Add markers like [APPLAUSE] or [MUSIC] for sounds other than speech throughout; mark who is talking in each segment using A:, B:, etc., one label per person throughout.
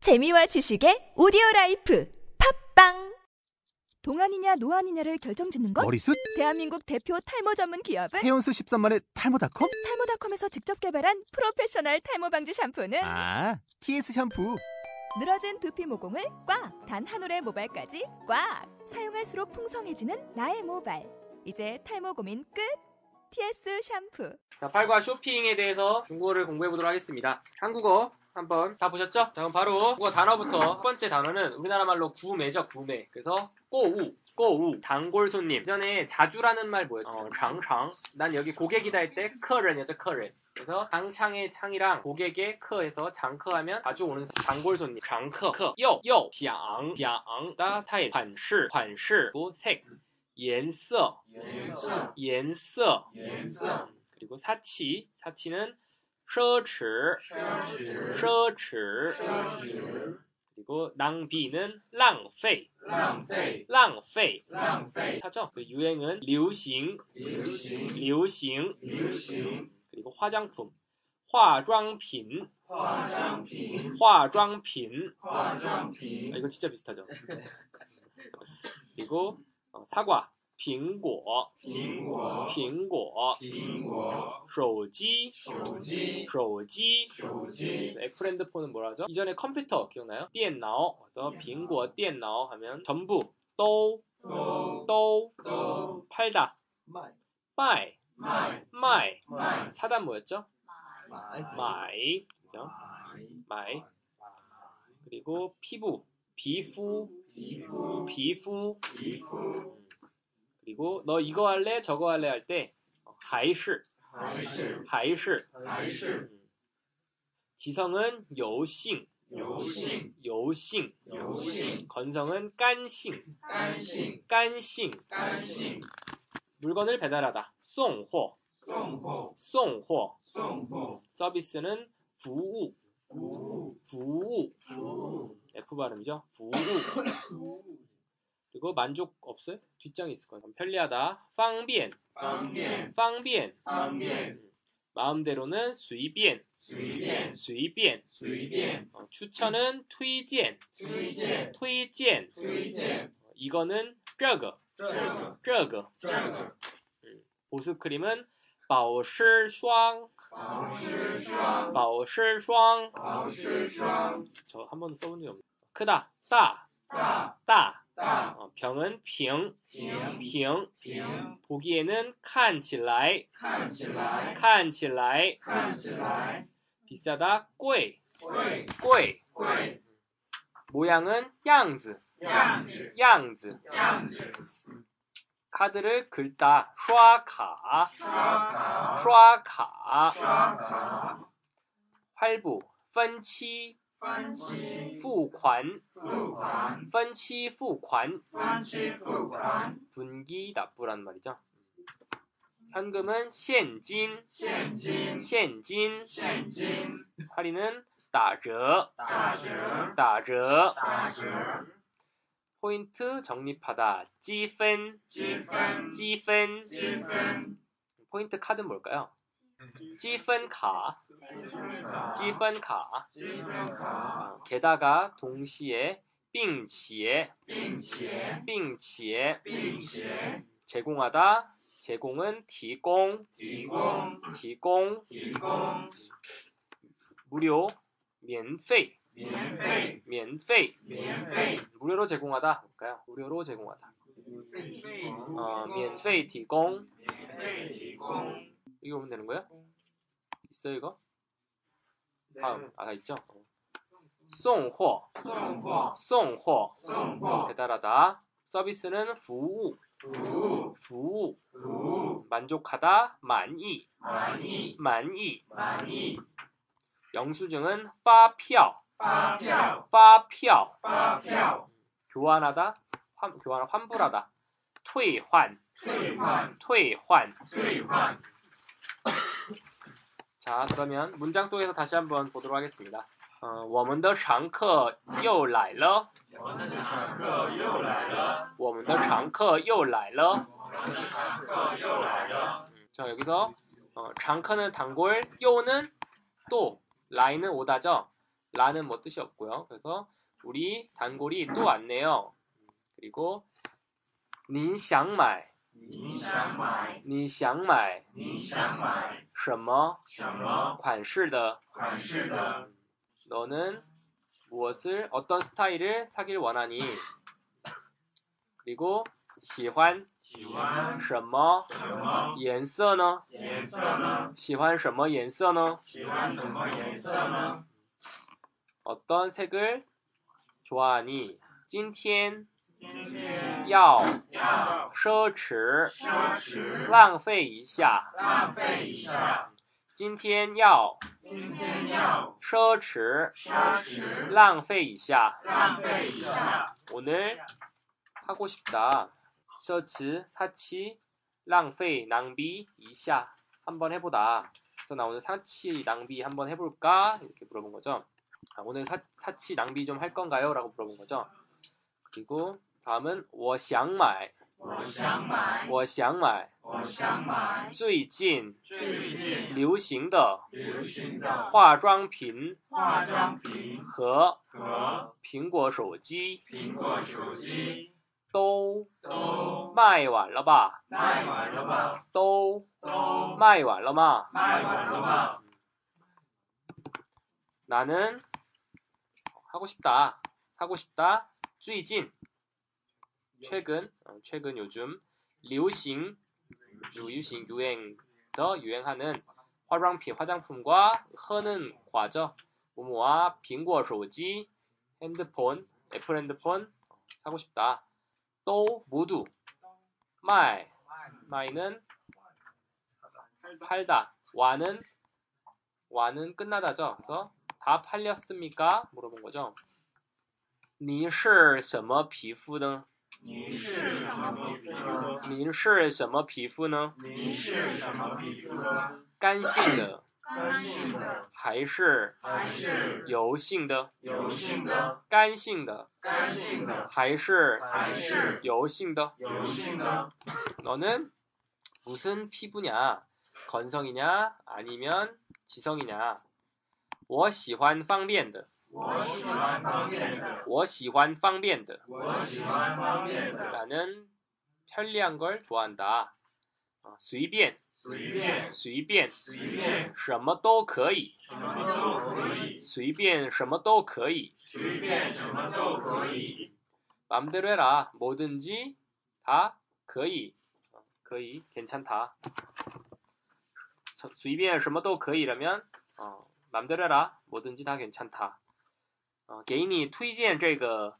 A: 재미와 지식의 오디오 라이프 팝빵
B: 동안이냐 노안이냐를 결정짓는 건
C: 머리숱
B: 대한민국 대표 탈모 전문 기업은
C: 헤어수 13만의 탈모닷컴
B: 탈모닷컴에서 직접 개발한 프로페셔널 탈모 방지 샴푸는
C: 아 TS 샴푸
B: 늘어진 두피 모공을 꽉 단 한 올의 모발까지 꽉 사용할수록 풍성해지는 나의 모발 이제 탈모 고민 끝 TS 샴푸
D: 자, 팔과 쇼핑에 대해서 중국어를 공부해 보도록 하겠습니다. 한국어 한번 다 보셨죠? 자, 그럼 바로 국어 단어부터 첫 번째 단어는 우리나라 말로 구매죠, 구매. 그래서 꼬우. 꼬우 단골 손님 전에 자주라는 말 뭐였죠? 어, 장창 난 여기 고객이다 할 때 커런이었죠 커런 그래서 장창의 창이랑 고객의 커에서 장커하면 자주 오는 사- 단골 손님 장커 커요요 장장다 사이 음. 관시 관시 고색 연서 연서 연서 그리고 사치 사치는 奢侈奢侈 그리고 낭비는 浪费浪费 하죠. 그 유행은 流行流行 그리고 화장품 化妆品化妆品 아, 이거 진짜 비슷하죠. [LAUGHS] 그리고 어, 사과 苹果苹果手机手机 애플 핸드폰은 네, 뭐라죠? 이전에 컴퓨터 기억나요? 电脑 그래서 苹果电脑 하면 전부 都都 팔다 卖卖 사단 뭐였죠? 买 그죠? 买 그리고 피부 皮肤 피부 음. 그리고 너 이거 할래 저거 할래 할 때 어, 还是还是 음. 지성은 여신, 여신, 여신, 여신. 건성은 깐싱, 깐싱, 깐싱, 깐싱. 물건을 배달하다. 송호, 송호, 송호. 서비스는 부우, 부우, F 발음이죠. 부우. 그리고 만족 없어요? 뒷장이 있을 거예요. 편리하다. 방변, 방변, 방변. 마음대로는 随便,随便,随便. 어, 추천은 推荐,推荐,推荐. 어, 이거는 这个,这个,这个. 음, 보습 크림은 保湿霜,保湿霜,保湿霜. 저한 번도 써본 적이 없네요. 크다, 따, 따, 따. 어, 병은 平,平, 보기에는 看起来,看起来， 비싸다 꼴, 꼴, 모양은 양즈, 양즈, 카드를 긁다 슈아카, 슈아카, 활부 펀치, 후관, 펀치 후관, 분기 납부란 말이죠. 현금은 现金,现金, 할인은 打折,打折, 포인트 적립하다, 积分,积分, 포인트 카드는 뭘까요? 积分卡,积分卡, 아, 게다가 동시에 并且,并且, 제공하다, 제공은 提供,提供, 무료, 免费,免费, 무료로 제공하다, 볼까요? 무료로 제공하다. 어, 免费提供. 이거 보면 되는 거예요? 있어 이거? 다음 아까 있죠? 送货,送货, 배달하다. 서비스는 服务,服务. 만족하다, 만이, 만이, 만이. 영수증은 发票,发票, 교환하다, 환, 교환, 환불하다. 退换,退换. 자, 그러면 문장 속에서 다시 한번 보도록 하겠습니다. 어, 我们的常客又来了.我们的常客又来了. 음, 자, 여기서 어, 장커는 단골, 요는 또, 라인은 오다죠. 라는 뭐 뜻이 없고요. 그래서 우리 단골이 또 왔네요. 그리고 您想买
E: 你想买，
D: 您想买
E: 你想买
D: 什么
E: 什么
D: 款式的
E: 款式的？
D: 너는 무엇을 어떤 스타일을 사길 원하니? 그리고 喜欢
E: 喜欢
D: 什么
E: 什么
D: 颜色呢?
E: 颜色呢？
D: 喜欢什么颜色呢?
E: 喜欢什么颜色呢？
D: 어떤 색을 좋아하니? 今天
E: 今天
D: 要
E: 要
D: 奢侈
E: 奢侈，
D: 浪费一下
E: 浪费一下。
D: 今天要
E: 今天要
D: 奢侈
E: 奢侈，
D: 浪费一下
E: 浪费一下。
D: 오늘 하고 싶다. 셔츠 사치 낭페 낭비 이샤 한번 해보다. 그래서 나 오늘 사치 낭비 한번 해볼까 이렇게 물어본 거죠. 아, 오늘 사, 사치 낭비 좀 할 건가요?라고 물어본 거죠. 그리고 다음은 我想买
E: 我想买，
D: 我想买
E: 我想买
D: 最近
E: 最近
D: 流行的
E: 流行的
D: 化妆品
E: 化妆品
D: 和
E: 和
D: 苹果手机
E: 苹果手机
D: 都
E: 都
D: 卖完了吧？
E: 卖完了吧？
D: 都
E: 都
D: 卖完了吗？
E: 卖完了吧？
D: 나는 하고 싶다. 사고 싶다. 最近 최근 어, 최근 요즘流行 유유신 유행 더 유행하는 화장품 화장품과 허는 과죠. 모모와 빙고 소지 핸드폰 애플 핸드폰 사고 싶다. 또 모두 마이 마이는 팔다 와는 와는 끝나다죠. 그래서 다 팔렸습니까? 물어본 거죠. 您是什么皮肤呢?
E: 你是什么皮肤呢？
D: 您是什么皮肤呢?
E: 你是什么皮肤呢？
D: 干性的
E: 干性的
D: 还是
E: 还是
D: 油性的?
E: 油性的？
D: 干性的
E: 干性的
D: 还是
E: 还是
D: 油性的?
E: 油性的？
D: 너는 무슨 피부냐? 건성이냐? 아니면 지성이냐? 我喜欢方便的.
E: 我喜欢方便的，
D: 我喜欢方便的.
E: 我喜欢方便的，
D: 나는 편리한 걸 좋아한다. 어, 随便,
E: 随便
D: 随便,
E: 随便
D: 什么都可以,
E: 什么都可以，
D: 随便什么都可以.
E: 随便什么都可以，
D: 맘대로 해라. 뭐든지 다 거의. 어, 거의 괜찮다. 随便什么都可以라면 어, 맘대로 해라. 뭐든지 다 괜찮다. 어, 개인이 推荐这个,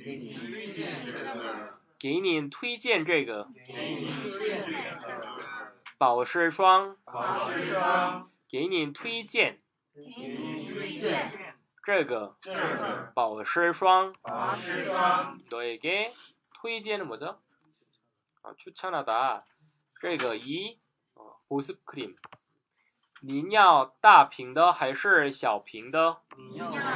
E: 给你推荐这个，
D: 개인이 推荐这个
E: 给你推荐这个
D: 保湿霜,
E: 保湿霜，
D: 개인이 推荐
E: 给你推荐
D: 这个
E: 这个
D: 保湿霜
E: 保湿霜，
D: 너에게 토이지에는 뭐죠? 아, 추천하다. 그리고 이 어, 보습 크림. 你要大瓶的还是小瓶的?
E: 你要大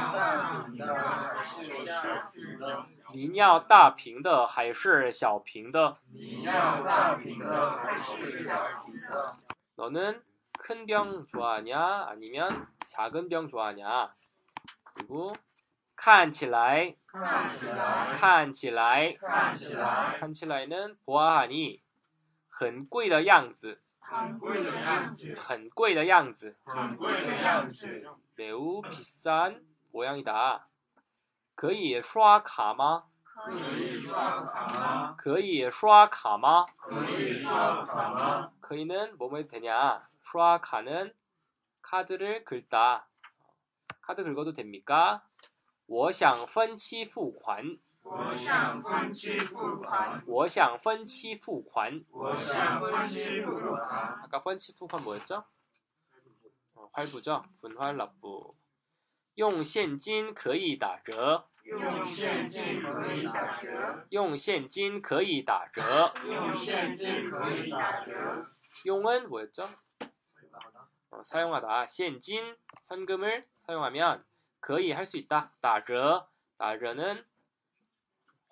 E: 瓶的还是小瓶的？
D: 你要大瓶的还是小瓶的?
E: 你要大瓶的还是小瓶的？
D: 너는 큰 병 좋아하냐? 아니면 작은 병 좋아하냐? 그리고 啊看起来,
E: 看起来，
D: 看起来,
E: 看起来
D: 看起来는 보아하니 很贵的样子,
E: 很贵的样子，
D: 很贵的样子.
E: 很贵的样子，
D: 매우 비싼 모양이다. 可以刷卡吗?
E: 可以刷卡吗？
D: 可以刷卡吗?
E: 可以刷卡吗？
D: 可以는 뭐뭐 해도 되냐? 刷卡는 카드를 긁다. 카드 긁어도 됩니까? 我想分期付款.
E: 我想分期付款，
D: 我想分期付款.
E: 我想分期付款，
D: 아까 펀치푸판 뭐였죠? 어, 활부죠? 분활납부. 用现金可以打折.
E: 用现金可以打折，
D: 用现金可以打折.
E: 用现金可以打折，
D: 용은 뭐였죠? 어, 사용하다. 现金 현금을 사용하면 거의 할 수 있다. 打折. 打折는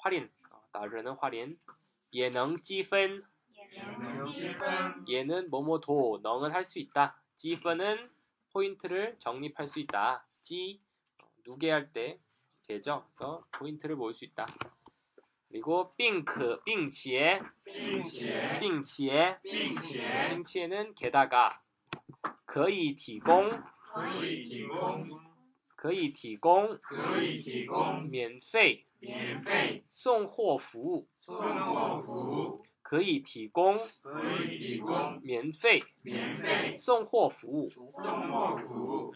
D: 할인. 어, 打折는 할인. 也能积分.
E: 也能积分，
D: 얘는 뭐뭐도, 너는 할 수 있다. 지퍼는 포인트를 적립할 수 있다. 있지 어, 누게 할 때 되죠. 그래서 포인트를 모을 수 있다. 그리고 빙크, 빙치에,
E: 并且
D: 빙치에,
E: 并且
D: 빙치에는 게다가 可以提供,
E: 可以提供
D: 可以提供
E: 可以提供
D: 免费
E: 免费
D: 送货服务,
E: 送货服务，
D: 可以提供
E: 可以提供
D: 免费
E: 免费
D: 送货服务.
E: 送货服务，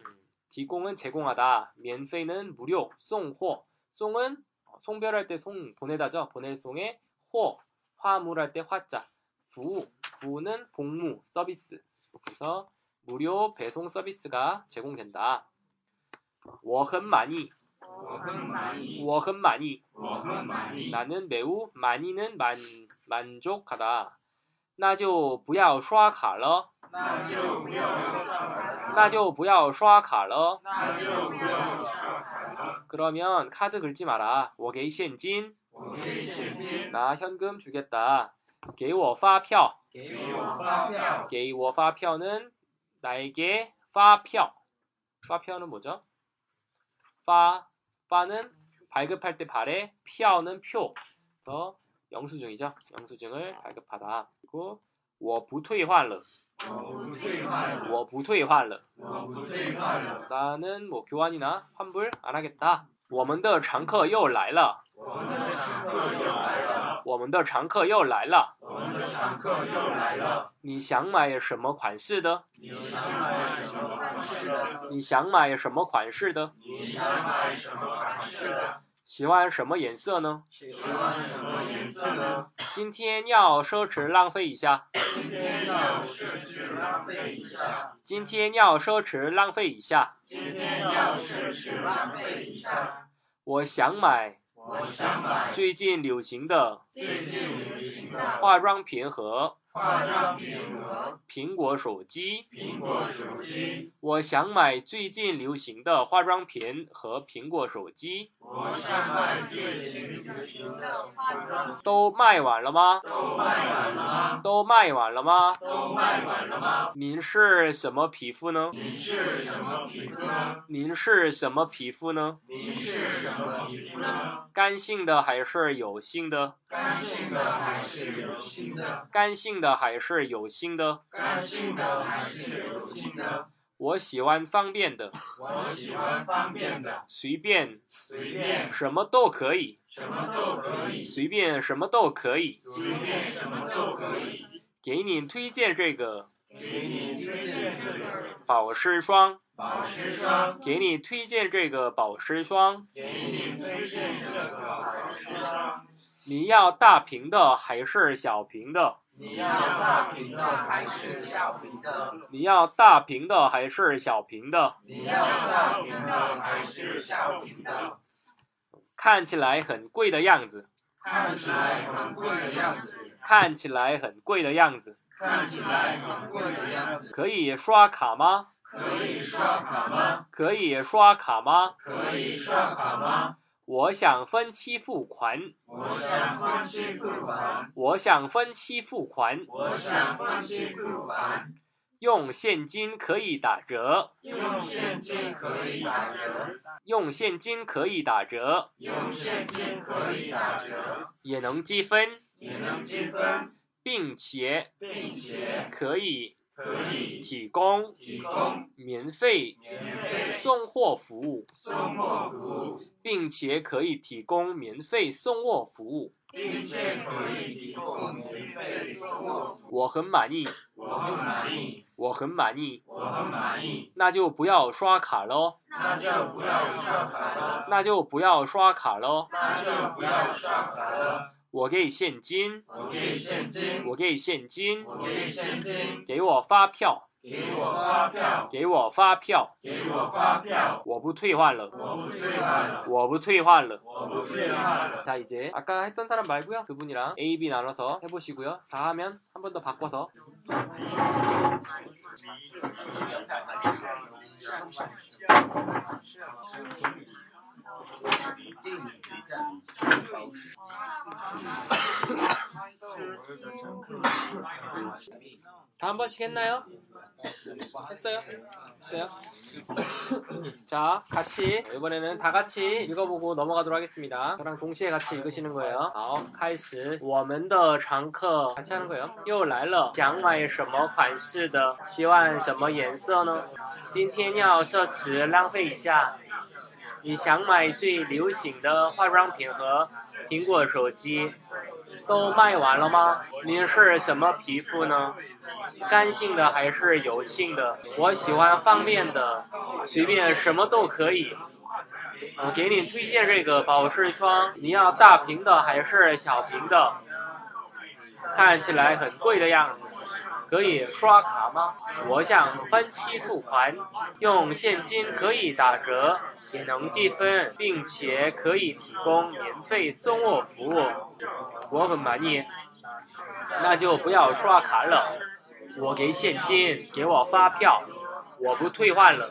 D: 提供은 제공하다, 免费는 무료, 送货, 송은 어, 송별할 때 송 보내다죠. 보낼 송에 호, 화물할 때 화자, 부우, 부우는 복무, 서비스. 그래서 무료 배송 서비스가 제공된다. 我很满意,
E: 我很满意，
D: 我很满意.
E: 我很满意，
D: 나는 매우 많이는 만 만족하다. 那就不要刷卡了,
E: 那就不要说了，
D: 那就不要刷卡了.
E: 那就不要说卡了，
D: 그러면 카드 긁지 마라. 我给现金.
E: 我给现金，
D: 나 현금 주겠다. 给我发票.
E: 给我发票，
D: 给我发票는 나에게 发票. 发票는 뭐죠? 发, 发는 발급할 때 발에 票는 표. 그래서 영수증이죠. 영수증을 발급하다. 그리고 我不退换了.
E: 我不退换了，
D: 我不退换了.
E: 我不退换了，
D: 나는 뭐 교환이나 환불 안 하겠다. 我们的常客又来了.
E: 我们的常客又来了，
D: 我们的常客又来了.
E: 我们的常客又来了，
D: 你想买什么款式的？
E: 你想买什么款式的？
D: 你想买什么款式的？
E: 你想买什么款式的？
D: 喜欢什么颜色呢？
E: 喜欢什么颜色呢？
D: 今天要奢侈浪费一下，
E: 今天要设置浪费一下，
D: 今天要奢侈浪费一下。
E: 今天要设置浪费一下。
D: 我想买
E: 我想买
D: 最近流行的
E: 最近流行的
D: 化妆品和
E: 化妆品和
D: 苹果手机。
E: 苹果手机。
D: 我想买最近流行的化妆品和苹果手机。
E: 我想买最近流行的化妆品，
D: 都卖完了吗？
E: 都卖完了吗？
D: 都卖完了吗？
E: 都卖完了吗？
D: 您是什么皮肤呢？
E: 您是什么皮肤呢？
D: 您是什么皮肤呢？
E: 您是什么皮肤呢？
D: 干性的还是有性的？
E: 干性的还是油性的？
D: 干性的还是有性的？
E: 干性的还是油性的？
D: 我喜欢方便的，
E: 我喜欢方便的，
D: 随便
E: 随便。
D: 什么都可以，
E: 什么都可以，
D: 随便什么都可以。
E: 随便什么都可以。
D: 给你推荐这个
E: 给你推荐这个
D: 保湿霜，
E: 保湿霜，
D: 给你推荐这个保湿霜。
E: 给你推荐这个保湿霜。
D: 你要大瓶的还是小瓶的？
E: 你要大瓶的还是小瓶的？
D: 你要大瓶的还是小瓶的？
E: 你要大瓶的还是小瓶的？
D: 看起来很贵的样子，
E: 看起来很贵的样子，
D: 看起来很贵的样子。
E: 看起来很贵的样子。
D: 可以刷卡吗？
E: 可以刷卡吗？
D: 可以刷卡吗？
E: 可以刷卡吗？
D: 我想分期付款。
E: 我想分期付款，
D: 我想分期付款，
E: 我想分期付款。
D: 用现金可以打折，
E: 用现金可以打折，
D: 用现金可以打折，
E: 用现金可以打折，
D: 也能积分，
E: 也能积分，
D: 并且
E: 并且
D: 可以
E: 可以
D: 提供
E: 提供
D: 免费
E: 免费
D: 送货服务，
E: 送货服务，
D: 并且可以提供免费送货服务。
E: 并且可以提供免费送货服务。
D: 我很满意，
E: 我很满意，
D: 我很满意，
E: 我很满意，
D: 那就不要刷卡喽，
E: 那就不要刷卡了，
D: 那就不要刷卡喽。
E: 那就不要刷卡了。
D: 我给现金，
E: 我给现金，
D: 我给现金，
E: 我给现金，
D: 给我发票，
E: 给我发票，
D: 给我发票，
E: 给我发票，
D: 我不退换了。
E: 我不退换了，
D: 我不退换了.
E: 我不退换了。
D: 자 이제 아까 했던 사람 말고요 그분이랑 A, B 나눠서 해보시고요 다 하면 한 번 더 바꿔서
E: 嗯
D: 다 한 번씩 했나요? 했어요? 있어요? 자, 같이 이번에는 다 같이 읽어보고 넘어가도록 하겠습니다. 저랑 동시에 같이 읽으시는 거예요. 好,开始我们的常客 같이 하는 거예요. 又来了，想买什么款式的？希望什么颜色呢？今天要奢侈浪费一下。你想买最流行的化妆品和苹果手机都卖完了吗？您是什么皮肤呢？干性的还是油性的？我喜欢方便的，随便什么都可以。我给你推荐这个保湿霜，你要大瓶的还是小瓶的？看起来很贵的样子。可以刷卡吗？我想分期付款，用现金可以打折，也能积分，并且可以提供免费送货服务。我很满意，那就不要刷卡了，我给现金，给我发票，我不退换了。